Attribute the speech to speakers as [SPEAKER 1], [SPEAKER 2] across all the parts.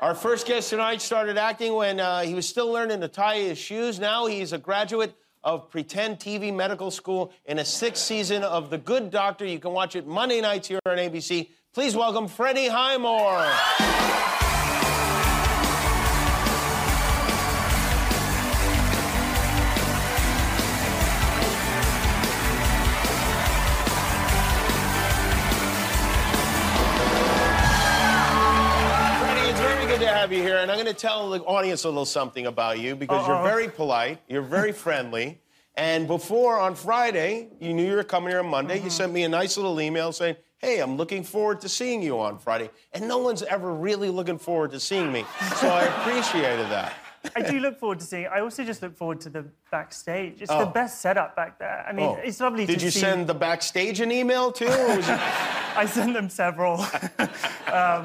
[SPEAKER 1] Our first guest tonight started acting when uh, he was still learning to tie his shoes. Now he's a graduate of Pretend TV Medical School in a sixth season of The Good Doctor. You can watch it Monday nights here on ABC. Please welcome Freddie Highmore. Freddie, it's very good to have you here, and I'm going to tell the audience a little something about you because you're very polite, you're very friendly. And before on Friday, you knew you were coming here on Monday.
[SPEAKER 2] Uh-huh.
[SPEAKER 1] You sent me a nice little email saying, "Hey, I'm looking forward to seeing you on Friday." And no one's ever really looking forward to seeing me, so I appreciated that.
[SPEAKER 2] I do look forward to seeing. it. I also just look forward to the backstage. It's the
[SPEAKER 1] Oh.
[SPEAKER 2] best setup back there. I mean,
[SPEAKER 1] Oh.
[SPEAKER 2] it's lovely
[SPEAKER 1] Did
[SPEAKER 2] to
[SPEAKER 1] you
[SPEAKER 2] see.
[SPEAKER 1] send the backstage an email too? Or was it...
[SPEAKER 2] I sent them several. um,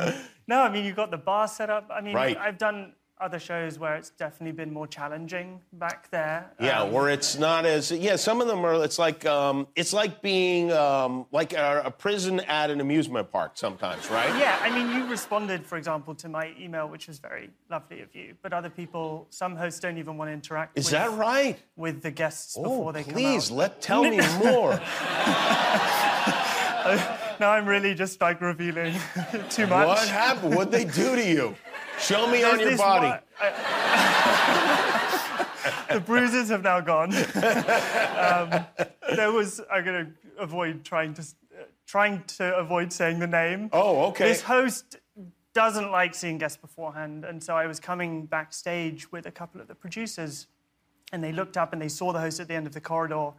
[SPEAKER 2] no, I mean you've got the bar set up. I mean,
[SPEAKER 1] Right.
[SPEAKER 2] I've done other shows where it's definitely been more challenging back there.
[SPEAKER 1] Yeah,
[SPEAKER 2] Um,
[SPEAKER 1] where it's not as yeah. Some of them are. It's like um, it's like being um, like a, a prison at an amusement park sometimes, right?
[SPEAKER 2] yeah, I mean, you responded, for example, to my email, which was very lovely of you. But other people, some hosts don't even want to interact.
[SPEAKER 1] Is
[SPEAKER 2] with,
[SPEAKER 1] that right?
[SPEAKER 2] With the guests
[SPEAKER 1] Oh,
[SPEAKER 2] before they
[SPEAKER 1] please
[SPEAKER 2] come out.
[SPEAKER 1] let tell me more.
[SPEAKER 2] Now I'm really just like revealing too much.
[SPEAKER 1] what happened? What they do to you? Show me on
[SPEAKER 2] There's
[SPEAKER 1] your
[SPEAKER 2] this
[SPEAKER 1] body.
[SPEAKER 2] one- I- the bruises have now gone. um, there was. I'm going to avoid trying to s- uh, trying to avoid saying the name.
[SPEAKER 1] Oh, okay.
[SPEAKER 2] This host doesn't like seeing guests beforehand, and so I was coming backstage with a couple of the producers, and they looked up and they saw the host at the end of the corridor,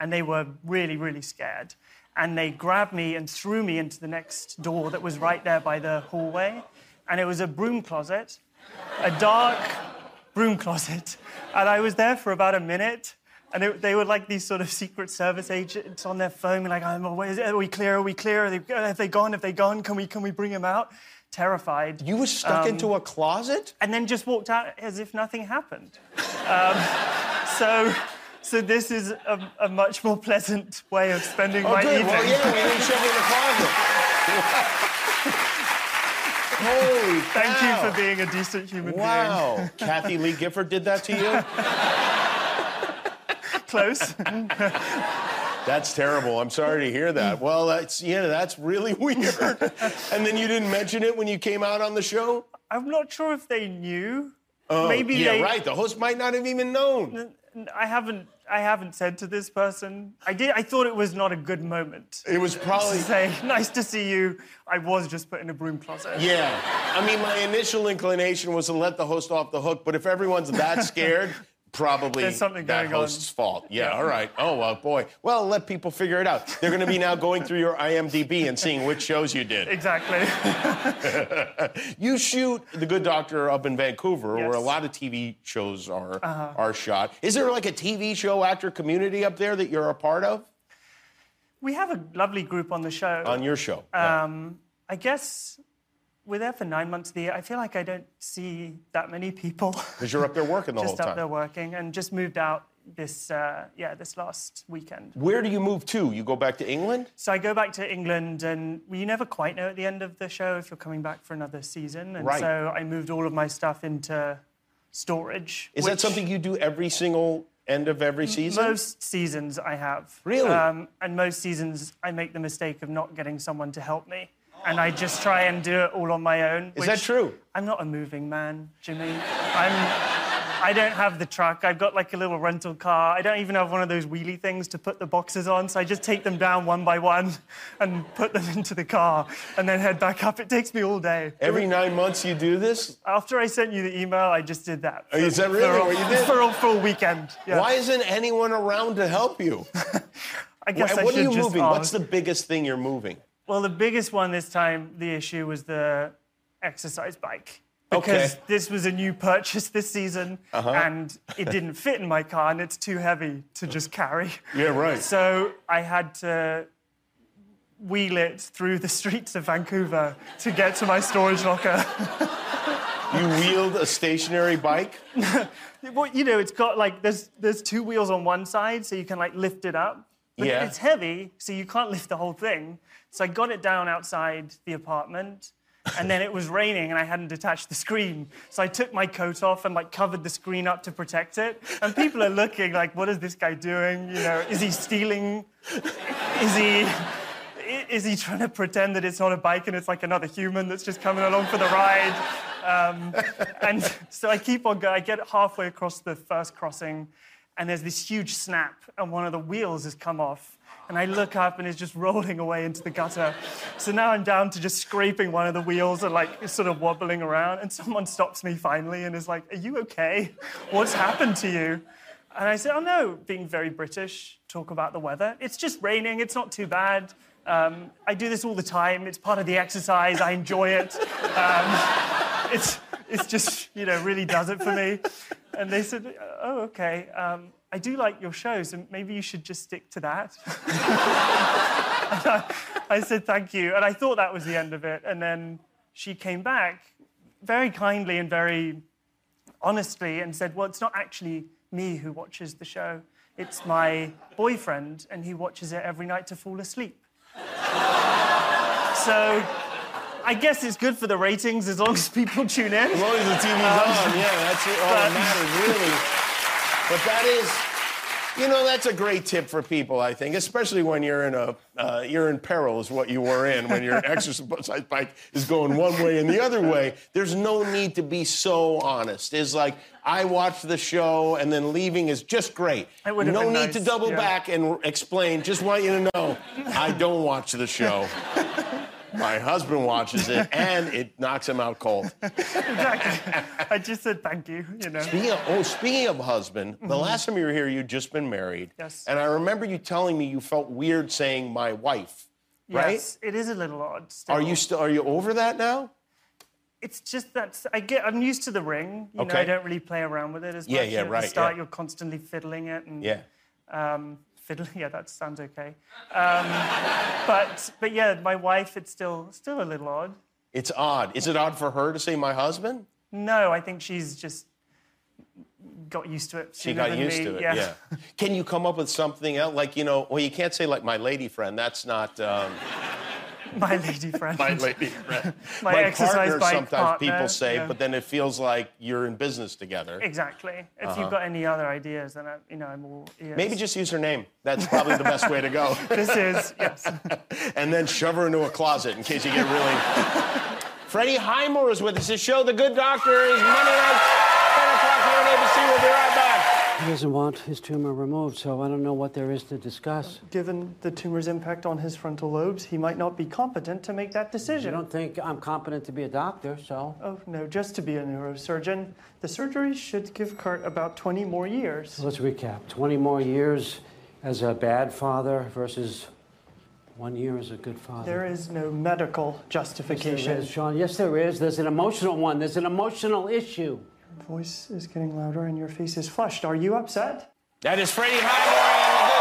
[SPEAKER 2] and they were really, really scared. And they grabbed me and threw me into the next door that was right there by the hallway. And it was a broom closet, a dark broom closet. And I was there for about a minute. And it, they were like these sort of Secret Service agents on their phone, like, I'm always, are we clear? Are we clear? Are they, have they gone? Have they gone? Can we, can we bring him out? Terrified.
[SPEAKER 1] you were stuck
[SPEAKER 2] Um,
[SPEAKER 1] into a closet.
[SPEAKER 2] and then just walked out as if nothing happened. Um, so, so this is a, a much more pleasant way of spending
[SPEAKER 1] Oh,
[SPEAKER 2] my
[SPEAKER 1] good.
[SPEAKER 2] evening.
[SPEAKER 1] Well, yeah, we didn't shove you in the closet. Holy
[SPEAKER 2] Thank you
[SPEAKER 1] cow.
[SPEAKER 2] for being a decent human
[SPEAKER 1] Wow, Kathy Lee Gifford did that to you.
[SPEAKER 2] being. Close.
[SPEAKER 1] That's terrible. I'm sorry to hear that. Well, that's yeah, that's really weird. and then you didn't mention it when you came out on the show.
[SPEAKER 2] I'm not sure if they knew.
[SPEAKER 1] Oh,
[SPEAKER 2] Maybe
[SPEAKER 1] yeah,
[SPEAKER 2] they.
[SPEAKER 1] right. The host might not have even known.
[SPEAKER 2] I haven't. I haven't said to this person. I did. I thought it was not a good moment
[SPEAKER 1] It was
[SPEAKER 2] to
[SPEAKER 1] probably
[SPEAKER 2] say, "Nice to see you." I was just put in a broom closet.
[SPEAKER 1] yeah. I mean, my initial inclination was to let the host off the hook, but if everyone's that scared. Probably
[SPEAKER 2] There's something
[SPEAKER 1] that
[SPEAKER 2] going on.
[SPEAKER 1] host's fault. Yeah,
[SPEAKER 2] Yeah.
[SPEAKER 1] all right. Oh, well, boy. Well, let people figure it out. They're going to be now going through your IMDb and seeing which shows you did.
[SPEAKER 2] Exactly.
[SPEAKER 1] You shoot The Good Doctor up in Vancouver,
[SPEAKER 2] Yes. Uh-huh.
[SPEAKER 1] where a lot of TV shows are are shot. Is there like a TV show actor community up there that you're a part of
[SPEAKER 2] we have a lovely group on the show.
[SPEAKER 1] on your show?
[SPEAKER 2] Um, I guess we're there for nine months of the year. I feel like I don't see that many people
[SPEAKER 1] Because you're up there working the whole
[SPEAKER 2] just up
[SPEAKER 1] time.
[SPEAKER 2] there working, and just moved out this uh, yeah this last weekend.
[SPEAKER 1] Where do you move to? You go back to England?
[SPEAKER 2] So I go back to England, and well, you never quite know at the end of the show if you're coming back for another season. And
[SPEAKER 1] Right.
[SPEAKER 2] so I moved all of my stuff into storage.
[SPEAKER 1] Is that
[SPEAKER 2] which
[SPEAKER 1] something you do every single end of every season?
[SPEAKER 2] Most seasons I have. Um,
[SPEAKER 1] Really?
[SPEAKER 2] and most seasons I make the mistake of not getting someone to help me. And I just try and do it all on my own.
[SPEAKER 1] Is that true?
[SPEAKER 2] I'm not a moving man, Jimmy. I'm. I don't have the truck. I've got like a little rental car. I don't even have one of those wheelie things to put the boxes on. So I just take them down one by one and put them into the car and then head back up. It takes me all day.
[SPEAKER 1] Every nine months you do this?
[SPEAKER 2] After I sent you the email, I just did that.
[SPEAKER 1] Is that really
[SPEAKER 2] for, a-
[SPEAKER 1] what you did?
[SPEAKER 2] For a full weekend. Yeah.
[SPEAKER 1] Why isn't anyone around to help you?
[SPEAKER 2] I guess I
[SPEAKER 1] what are
[SPEAKER 2] should
[SPEAKER 1] you
[SPEAKER 2] just
[SPEAKER 1] moving? What's
[SPEAKER 2] ask.
[SPEAKER 1] the biggest thing you're moving?
[SPEAKER 2] Well, the biggest one this time, the issue was the exercise bike.
[SPEAKER 1] Okay.
[SPEAKER 2] Because this was a new purchase this season, and it didn't fit in my car, and it's too heavy to just carry.
[SPEAKER 1] Yeah, right.
[SPEAKER 2] So I had to wheel it through the streets of Vancouver to get to my storage locker.
[SPEAKER 1] You wield a stationary bike?
[SPEAKER 2] well, you know, it's got like there's there's two wheels on one side, so you can like lift it up. But
[SPEAKER 1] Yeah.
[SPEAKER 2] it's heavy, so you can't lift the whole thing. So I got it down outside the apartment, and then it was raining and I hadn't detached the screen. So I took my coat off and like covered the screen up to protect it. And people are looking like, what is this guy doing? You know, is he stealing? Is he is he trying to pretend that it's not a bike and it's like another human that's just coming along for the ride? Um, and so I keep on going. I get halfway across the first crossing, and there's this huge snap, and one of the wheels has come off. And I look up and it's just rolling away into the gutter. So now I'm down to just scraping one of the wheels and like sort of wobbling around. And someone stops me finally and is like, Are you okay? What's happened to you? And I said, Oh no, being very British, talk about the weather. It's just raining, it's not too bad. Um, I do this all the time. It's part of the exercise. I enjoy it. Um, it's, it's just, you know, really does it for me. And they said, oh, okay. Um, I do like your shows, and maybe you should just stick to that. I, I said, thank you. And I thought that was the end of it. And then she came back very kindly and very honestly and said, well, it's not actually me who watches the show. It's my boyfriend, and he watches it every night to fall asleep. So I guess it's good for the ratings as long as people tune in.
[SPEAKER 1] As long as the TV's
[SPEAKER 2] Um,
[SPEAKER 1] on, Oh, yeah, that's it, all that
[SPEAKER 2] but-
[SPEAKER 1] matters, really. But that is, you know, that's a great tip for people, I think, especially when you're in a, uh, you're in peril is what you were in when your exercise bike is going one way and the other way. There's no need to be so honest. It's like I watched the show and then leaving is just great.
[SPEAKER 2] It would've
[SPEAKER 1] no
[SPEAKER 2] been
[SPEAKER 1] need
[SPEAKER 2] nice,
[SPEAKER 1] to double
[SPEAKER 2] yeah.
[SPEAKER 1] back and explain. Just want you to know, I don't watch the show. My husband watches it and it knocks him out cold.
[SPEAKER 2] Exactly. I just said thank you, you know.
[SPEAKER 1] Speaking of, oh, speaking of husband, the last time you were here, you'd just been married.
[SPEAKER 2] Mm-hmm. Yes.
[SPEAKER 1] And I remember you telling me you felt weird saying my wife, right?
[SPEAKER 2] Yes, it is a little odd. Still.
[SPEAKER 1] Are you still are you over that now?
[SPEAKER 2] It's just that I get. I'm used to the ring. You know,
[SPEAKER 1] Okay.
[SPEAKER 2] I don't really play around with it as
[SPEAKER 1] Yeah,
[SPEAKER 2] much.
[SPEAKER 1] yeah,
[SPEAKER 2] At the
[SPEAKER 1] right,
[SPEAKER 2] start,
[SPEAKER 1] yeah.
[SPEAKER 2] you're constantly fiddling it and
[SPEAKER 1] Yeah.
[SPEAKER 2] um, fiddling. Yeah, that sounds okay. Um, but but yeah, my wife. It's still still a little odd.
[SPEAKER 1] It's odd. Is it odd for her to say my husband?
[SPEAKER 2] No, I think she's just got used to it.
[SPEAKER 1] She got used to it. Yeah. Can you come up with something else? Like you know, well, you can't say like my lady friend. That's not um,
[SPEAKER 2] My lady friend.
[SPEAKER 1] my lady friend.
[SPEAKER 2] My exercise
[SPEAKER 1] partner.
[SPEAKER 2] bike
[SPEAKER 1] sometimes people
[SPEAKER 2] partner,
[SPEAKER 1] say,
[SPEAKER 2] yeah.
[SPEAKER 1] but then it feels like you're in business together.
[SPEAKER 2] Exactly. If you've got any other ideas, then I, you know I'm all ears.
[SPEAKER 1] Uh-huh. Maybe just use her name. That's probably the best way to go.
[SPEAKER 2] this is yes.
[SPEAKER 1] and then shove her into a closet in case you get really. Freddie Highmore is with us. His show, The Good Doctor, is Monday night, 10 o'clock here on ABC. We'll be right back.
[SPEAKER 3] He doesn't want his tumor removed, so I don't know what there is to discuss.
[SPEAKER 2] Given the tumor's impact on his frontal lobes, he might not be competent to make that
[SPEAKER 3] I
[SPEAKER 2] decision.
[SPEAKER 1] Mm-hmm.
[SPEAKER 3] don't think I'm competent to be a doctor, so.
[SPEAKER 2] Oh no, just to be a neurosurgeon, the surgery should give Kurt about 20 more years.
[SPEAKER 3] Let's recap 20 more years as a bad father versus one year as a good father.
[SPEAKER 2] There is no medical
[SPEAKER 3] There
[SPEAKER 2] justification.
[SPEAKER 3] is, Sean. Yes, there is. There's an emotional one, there's an emotional issue.
[SPEAKER 2] Voice is getting louder and your face is flushed. Are you upset?
[SPEAKER 1] That is Freddie Highmore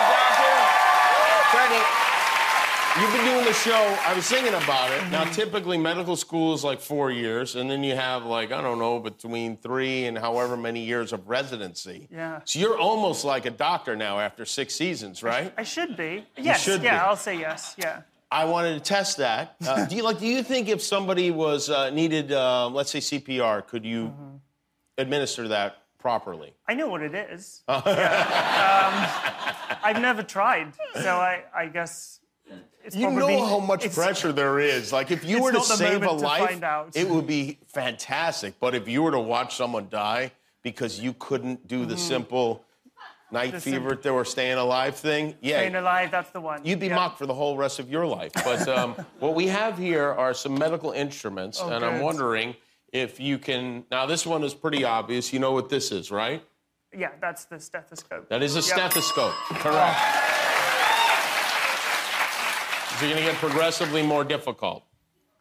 [SPEAKER 1] and The Good Doctor. Freddie, you've been doing the show. I was thinking about it. Now, typically, medical school is like four years, and then you have like, I don't know, between three and however many years of residency.
[SPEAKER 2] Yeah.
[SPEAKER 1] So you're almost like a doctor now after six seasons, right?
[SPEAKER 2] I should be. Yes.
[SPEAKER 1] should
[SPEAKER 2] yeah,
[SPEAKER 1] be.
[SPEAKER 2] I'll say yes. Yeah.
[SPEAKER 1] I wanted to test that. Uh, do you like? Do you think if somebody was uh, needed, um, let's say CPR, could you administer that properly?
[SPEAKER 2] I know what it is. Yeah. Um, I've never tried, so I, I guess it's
[SPEAKER 1] You
[SPEAKER 2] probably,
[SPEAKER 1] know how much
[SPEAKER 2] it's-
[SPEAKER 1] pressure there is. Like if you
[SPEAKER 2] It's
[SPEAKER 1] were to
[SPEAKER 2] not the
[SPEAKER 1] save a
[SPEAKER 2] moment to
[SPEAKER 1] life,
[SPEAKER 2] find out.
[SPEAKER 1] it would be fantastic. But if you were to watch someone die because you couldn't do the simple night
[SPEAKER 2] Mm-hmm. The
[SPEAKER 1] fever
[SPEAKER 2] simple-
[SPEAKER 1] they were staying alive thing, yeah,
[SPEAKER 2] Being alive, that's the one.
[SPEAKER 1] You'd be
[SPEAKER 2] Yeah.
[SPEAKER 1] mocked for the whole rest of your life. But um, what we have here are some medical instruments,
[SPEAKER 2] Oh,
[SPEAKER 1] and I'm
[SPEAKER 2] good.
[SPEAKER 1] wondering if you can. Now, this one is pretty obvious. You know what this is, right?
[SPEAKER 2] Yeah, that's the stethoscope.
[SPEAKER 1] That is a
[SPEAKER 2] Yeah.
[SPEAKER 1] stethoscope. Correct.
[SPEAKER 2] Oh.
[SPEAKER 1] These are going to get progressively more difficult.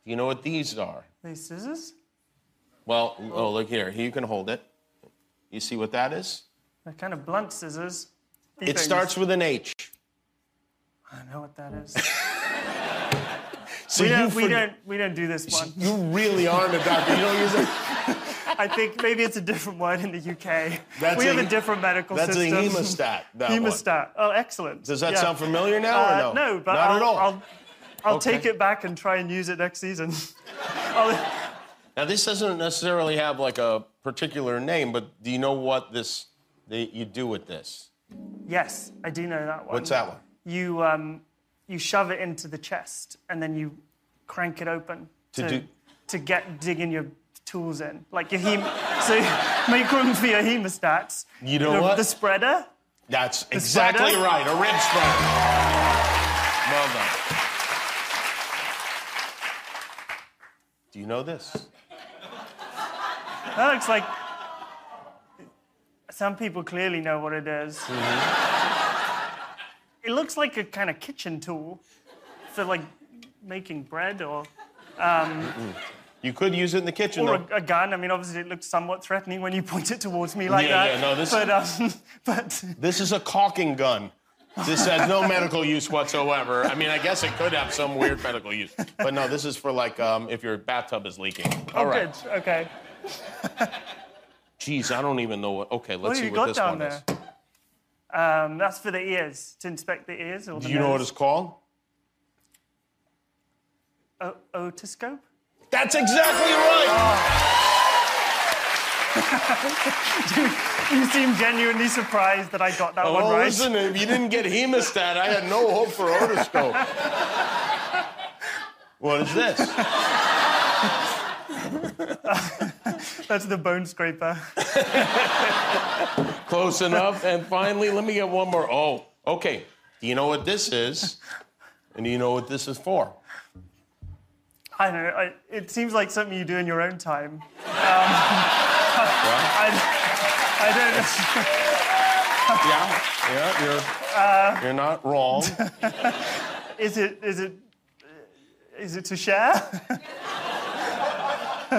[SPEAKER 1] You know what these are?
[SPEAKER 2] These scissors?
[SPEAKER 1] Well, oh, look here. You can hold it. You see what that is?
[SPEAKER 2] They're kind of blunt scissors. These
[SPEAKER 1] It
[SPEAKER 2] things.
[SPEAKER 1] starts with an H.
[SPEAKER 2] I know what that is.
[SPEAKER 1] So
[SPEAKER 2] we, don't,
[SPEAKER 1] you
[SPEAKER 2] we
[SPEAKER 1] for-
[SPEAKER 2] don't. We don't do this one.
[SPEAKER 1] You really aren't a doctor. You don't use it.
[SPEAKER 2] I think maybe it's a different word in the UK.
[SPEAKER 1] That's
[SPEAKER 2] we have
[SPEAKER 1] a-
[SPEAKER 2] a different medical
[SPEAKER 1] That's
[SPEAKER 2] system.
[SPEAKER 1] a hemostat. That one.
[SPEAKER 2] Hemostat. Oh, excellent.
[SPEAKER 1] Does that
[SPEAKER 2] Yeah.
[SPEAKER 1] sound familiar now
[SPEAKER 2] Uh,
[SPEAKER 1] or no?
[SPEAKER 2] but
[SPEAKER 1] not
[SPEAKER 2] I'll,
[SPEAKER 1] at all.
[SPEAKER 2] I'll, I'll
[SPEAKER 1] Okay.
[SPEAKER 2] take it back and try and use it next season.
[SPEAKER 1] Now, this doesn't necessarily have like a particular name, but do you know what this they, you do with this?
[SPEAKER 2] Yes, I do know that one.
[SPEAKER 1] What's that one?
[SPEAKER 2] You um, you shove it into the chest and then you crank it open
[SPEAKER 1] To
[SPEAKER 2] to
[SPEAKER 1] do-
[SPEAKER 2] to get digging your tools in, like your hem. so make room for your hemostats.
[SPEAKER 1] You know
[SPEAKER 2] the,
[SPEAKER 1] what?
[SPEAKER 2] The spreader.
[SPEAKER 1] That's exactly
[SPEAKER 2] spreader?
[SPEAKER 1] right, a rib spreader. Well done. Do you know this?
[SPEAKER 2] That looks like. Some people clearly know what it is.
[SPEAKER 1] Mm-hmm.
[SPEAKER 2] It looks like a kind of kitchen tool for like making bread or,
[SPEAKER 1] You could use it in the kitchen,
[SPEAKER 2] or
[SPEAKER 1] though.
[SPEAKER 2] a, a gun. I mean, obviously, it looks somewhat threatening when you point it towards me like
[SPEAKER 1] Yeah,
[SPEAKER 2] that.
[SPEAKER 1] yeah, no, this-
[SPEAKER 2] But, um, but
[SPEAKER 1] This is a caulking gun. This has no medical use whatsoever. I mean, I guess it could have some weird medical use, but no, this is for like um, if your bathtub is leaking. All
[SPEAKER 2] oh,
[SPEAKER 1] right.
[SPEAKER 2] good. Okay.
[SPEAKER 1] Jeez, I don't even know what. Okay,
[SPEAKER 2] What
[SPEAKER 1] let's
[SPEAKER 2] have
[SPEAKER 1] see
[SPEAKER 2] you
[SPEAKER 1] what
[SPEAKER 2] got
[SPEAKER 1] this one
[SPEAKER 2] down
[SPEAKER 1] is.
[SPEAKER 2] there? Um, that's for the ears to inspect the ears or the
[SPEAKER 1] Do you know what
[SPEAKER 2] nose.
[SPEAKER 1] it's called?
[SPEAKER 2] O- otoscope.
[SPEAKER 1] That's exactly
[SPEAKER 2] Oh,
[SPEAKER 1] right.
[SPEAKER 2] You seem genuinely surprised that I got that one
[SPEAKER 1] well,
[SPEAKER 2] right.
[SPEAKER 1] Oh, listen, if you didn't get hemostat, I had no hope for otoscope. what is this?
[SPEAKER 2] That's the bone scraper.
[SPEAKER 1] Close enough. And finally, let me get one more. Oh, okay. Do you know what this is? And do you know what this is for?
[SPEAKER 2] I don't know. I, it seems like something you do in your own time. Um, I, I don't know.
[SPEAKER 1] Yeah, yeah, you're
[SPEAKER 2] Uh.
[SPEAKER 1] you're not wrong.
[SPEAKER 2] Is it? Is it? Is it to share?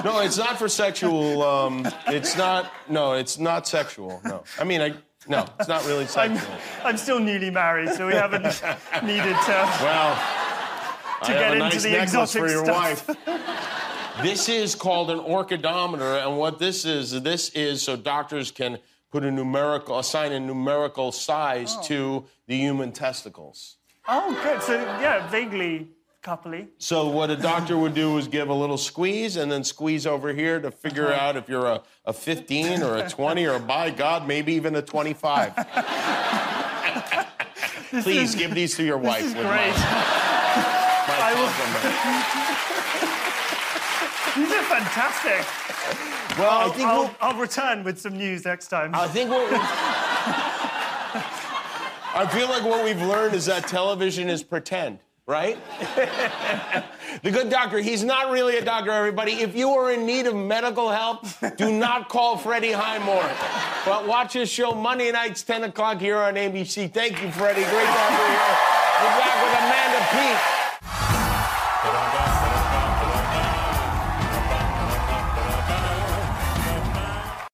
[SPEAKER 1] No, it's not for sexual. Um, it's not. No, it's not sexual. No, I mean, I no, it's not really
[SPEAKER 2] I'm,
[SPEAKER 1] sexual.
[SPEAKER 2] I'm still newly married, so we haven't needed to.
[SPEAKER 1] Well, I have
[SPEAKER 2] get
[SPEAKER 1] a
[SPEAKER 2] into
[SPEAKER 1] nice
[SPEAKER 2] the
[SPEAKER 1] necklace for your
[SPEAKER 2] exotic stuff.
[SPEAKER 1] wife. This is called an orchidometer, and what this is, this is so doctors can put a numerical, assign a numerical size to the human testicles.
[SPEAKER 2] Oh, good. So yeah, vaguely coupley.
[SPEAKER 1] So what a doctor would do is give a little squeeze and then squeeze over here to figure
[SPEAKER 2] Uh-huh.
[SPEAKER 1] out if you're a, a 15 or a 20 or by God, maybe even a 25. Please give these to your wife.
[SPEAKER 2] This is
[SPEAKER 1] with
[SPEAKER 2] great.
[SPEAKER 1] My, my
[SPEAKER 2] I will-
[SPEAKER 1] compliment.
[SPEAKER 2] These are fantastic.
[SPEAKER 1] Well, I
[SPEAKER 2] I'll,
[SPEAKER 1] think
[SPEAKER 2] I'll-
[SPEAKER 1] we'll-
[SPEAKER 2] I'll return with some news next time.
[SPEAKER 1] I think what. we- I feel like what we've learned is that television is pretend, right? the good doctor, he's not really a doctor, everybody. If you are in need of medical help, do not call Freddie Highmore. But watch his show Monday nights, 10 o'clock here on ABC. Thank you, Freddie. Great doctor here.